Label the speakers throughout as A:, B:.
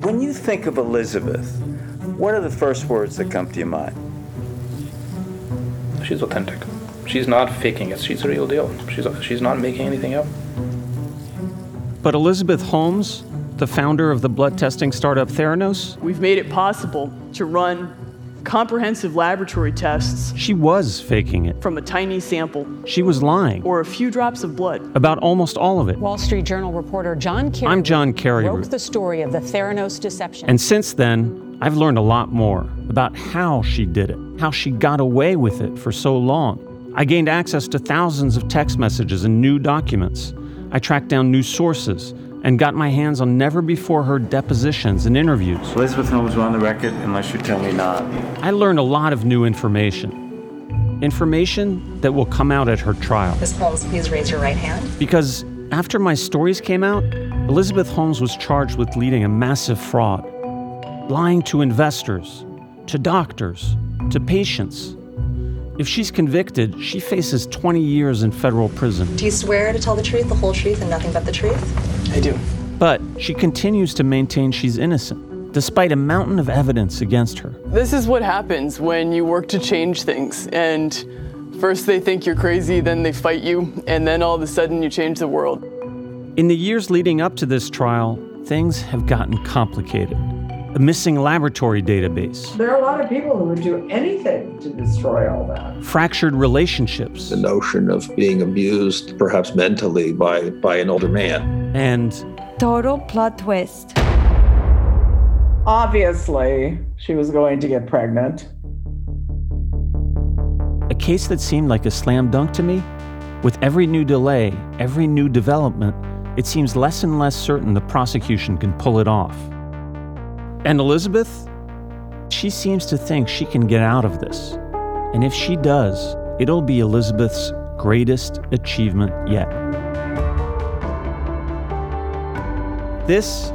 A: When you think of Elizabeth, what are the first words that come to your mind?
B: She's authentic. She's not faking it. She's the real deal. She's she's not making anything up.
C: But Elizabeth Holmes, the founder of the blood testing startup Theranos,
D: We've made it possible to run comprehensive laboratory tests
C: she was faking it.
D: from a tiny sample
C: She was lying
D: or a few drops of blood.
C: about almost all of it.
E: Wall Street Journal reporter John Kerry.
C: I'm John Kerry.
E: Broke the story of the Theranos deception.
C: And since then, I've learned a lot more about how she did it, how she got away with it for so long. I gained access to thousands of text messages and new documents. I tracked down new sources and got my hands on never before heard depositions and interviews.
A: Elizabeth Holmes on the record, unless you tell me not.
C: I learned a lot of new information. Information that will come out at her trial.
F: Ms. Pauls, please raise your right hand.
C: Because after my stories came out, Elizabeth Holmes was charged with leading a massive fraud, lying to investors, to doctors, to patients. If she's convicted, she faces 20 years in federal prison.
F: Do you swear to tell the truth, the whole truth, and nothing but the truth?
D: I do.
C: But she continues to maintain she's innocent, despite a mountain of evidence against her.
D: This is what happens when you work to change things. And first they think you're crazy, then they fight you, and then all of a sudden you change the world.
C: In the years leading up to this trial, things have gotten complicated. A missing laboratory database,
G: There are a lot of people who would do anything to destroy all that.
C: fractured relationships,
H: the notion of being abused, perhaps mentally, by, by an older man.
C: and
I: Total plot twist.
G: Obviously, she was going to get pregnant.
C: a case that seemed like a slam dunk to me. With every new delay, every new development, it seems less and less certain the prosecution can pull it off. And Elizabeth? She seems to think she can get out of this. And if she does, it'll be Elizabeth's greatest achievement yet. This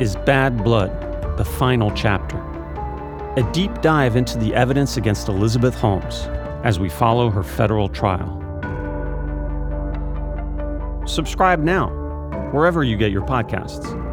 C: is Bad Blood, the final chapter. A deep dive into the evidence against Elizabeth Holmes as we follow her federal trial. Subscribe now, wherever you get your podcasts.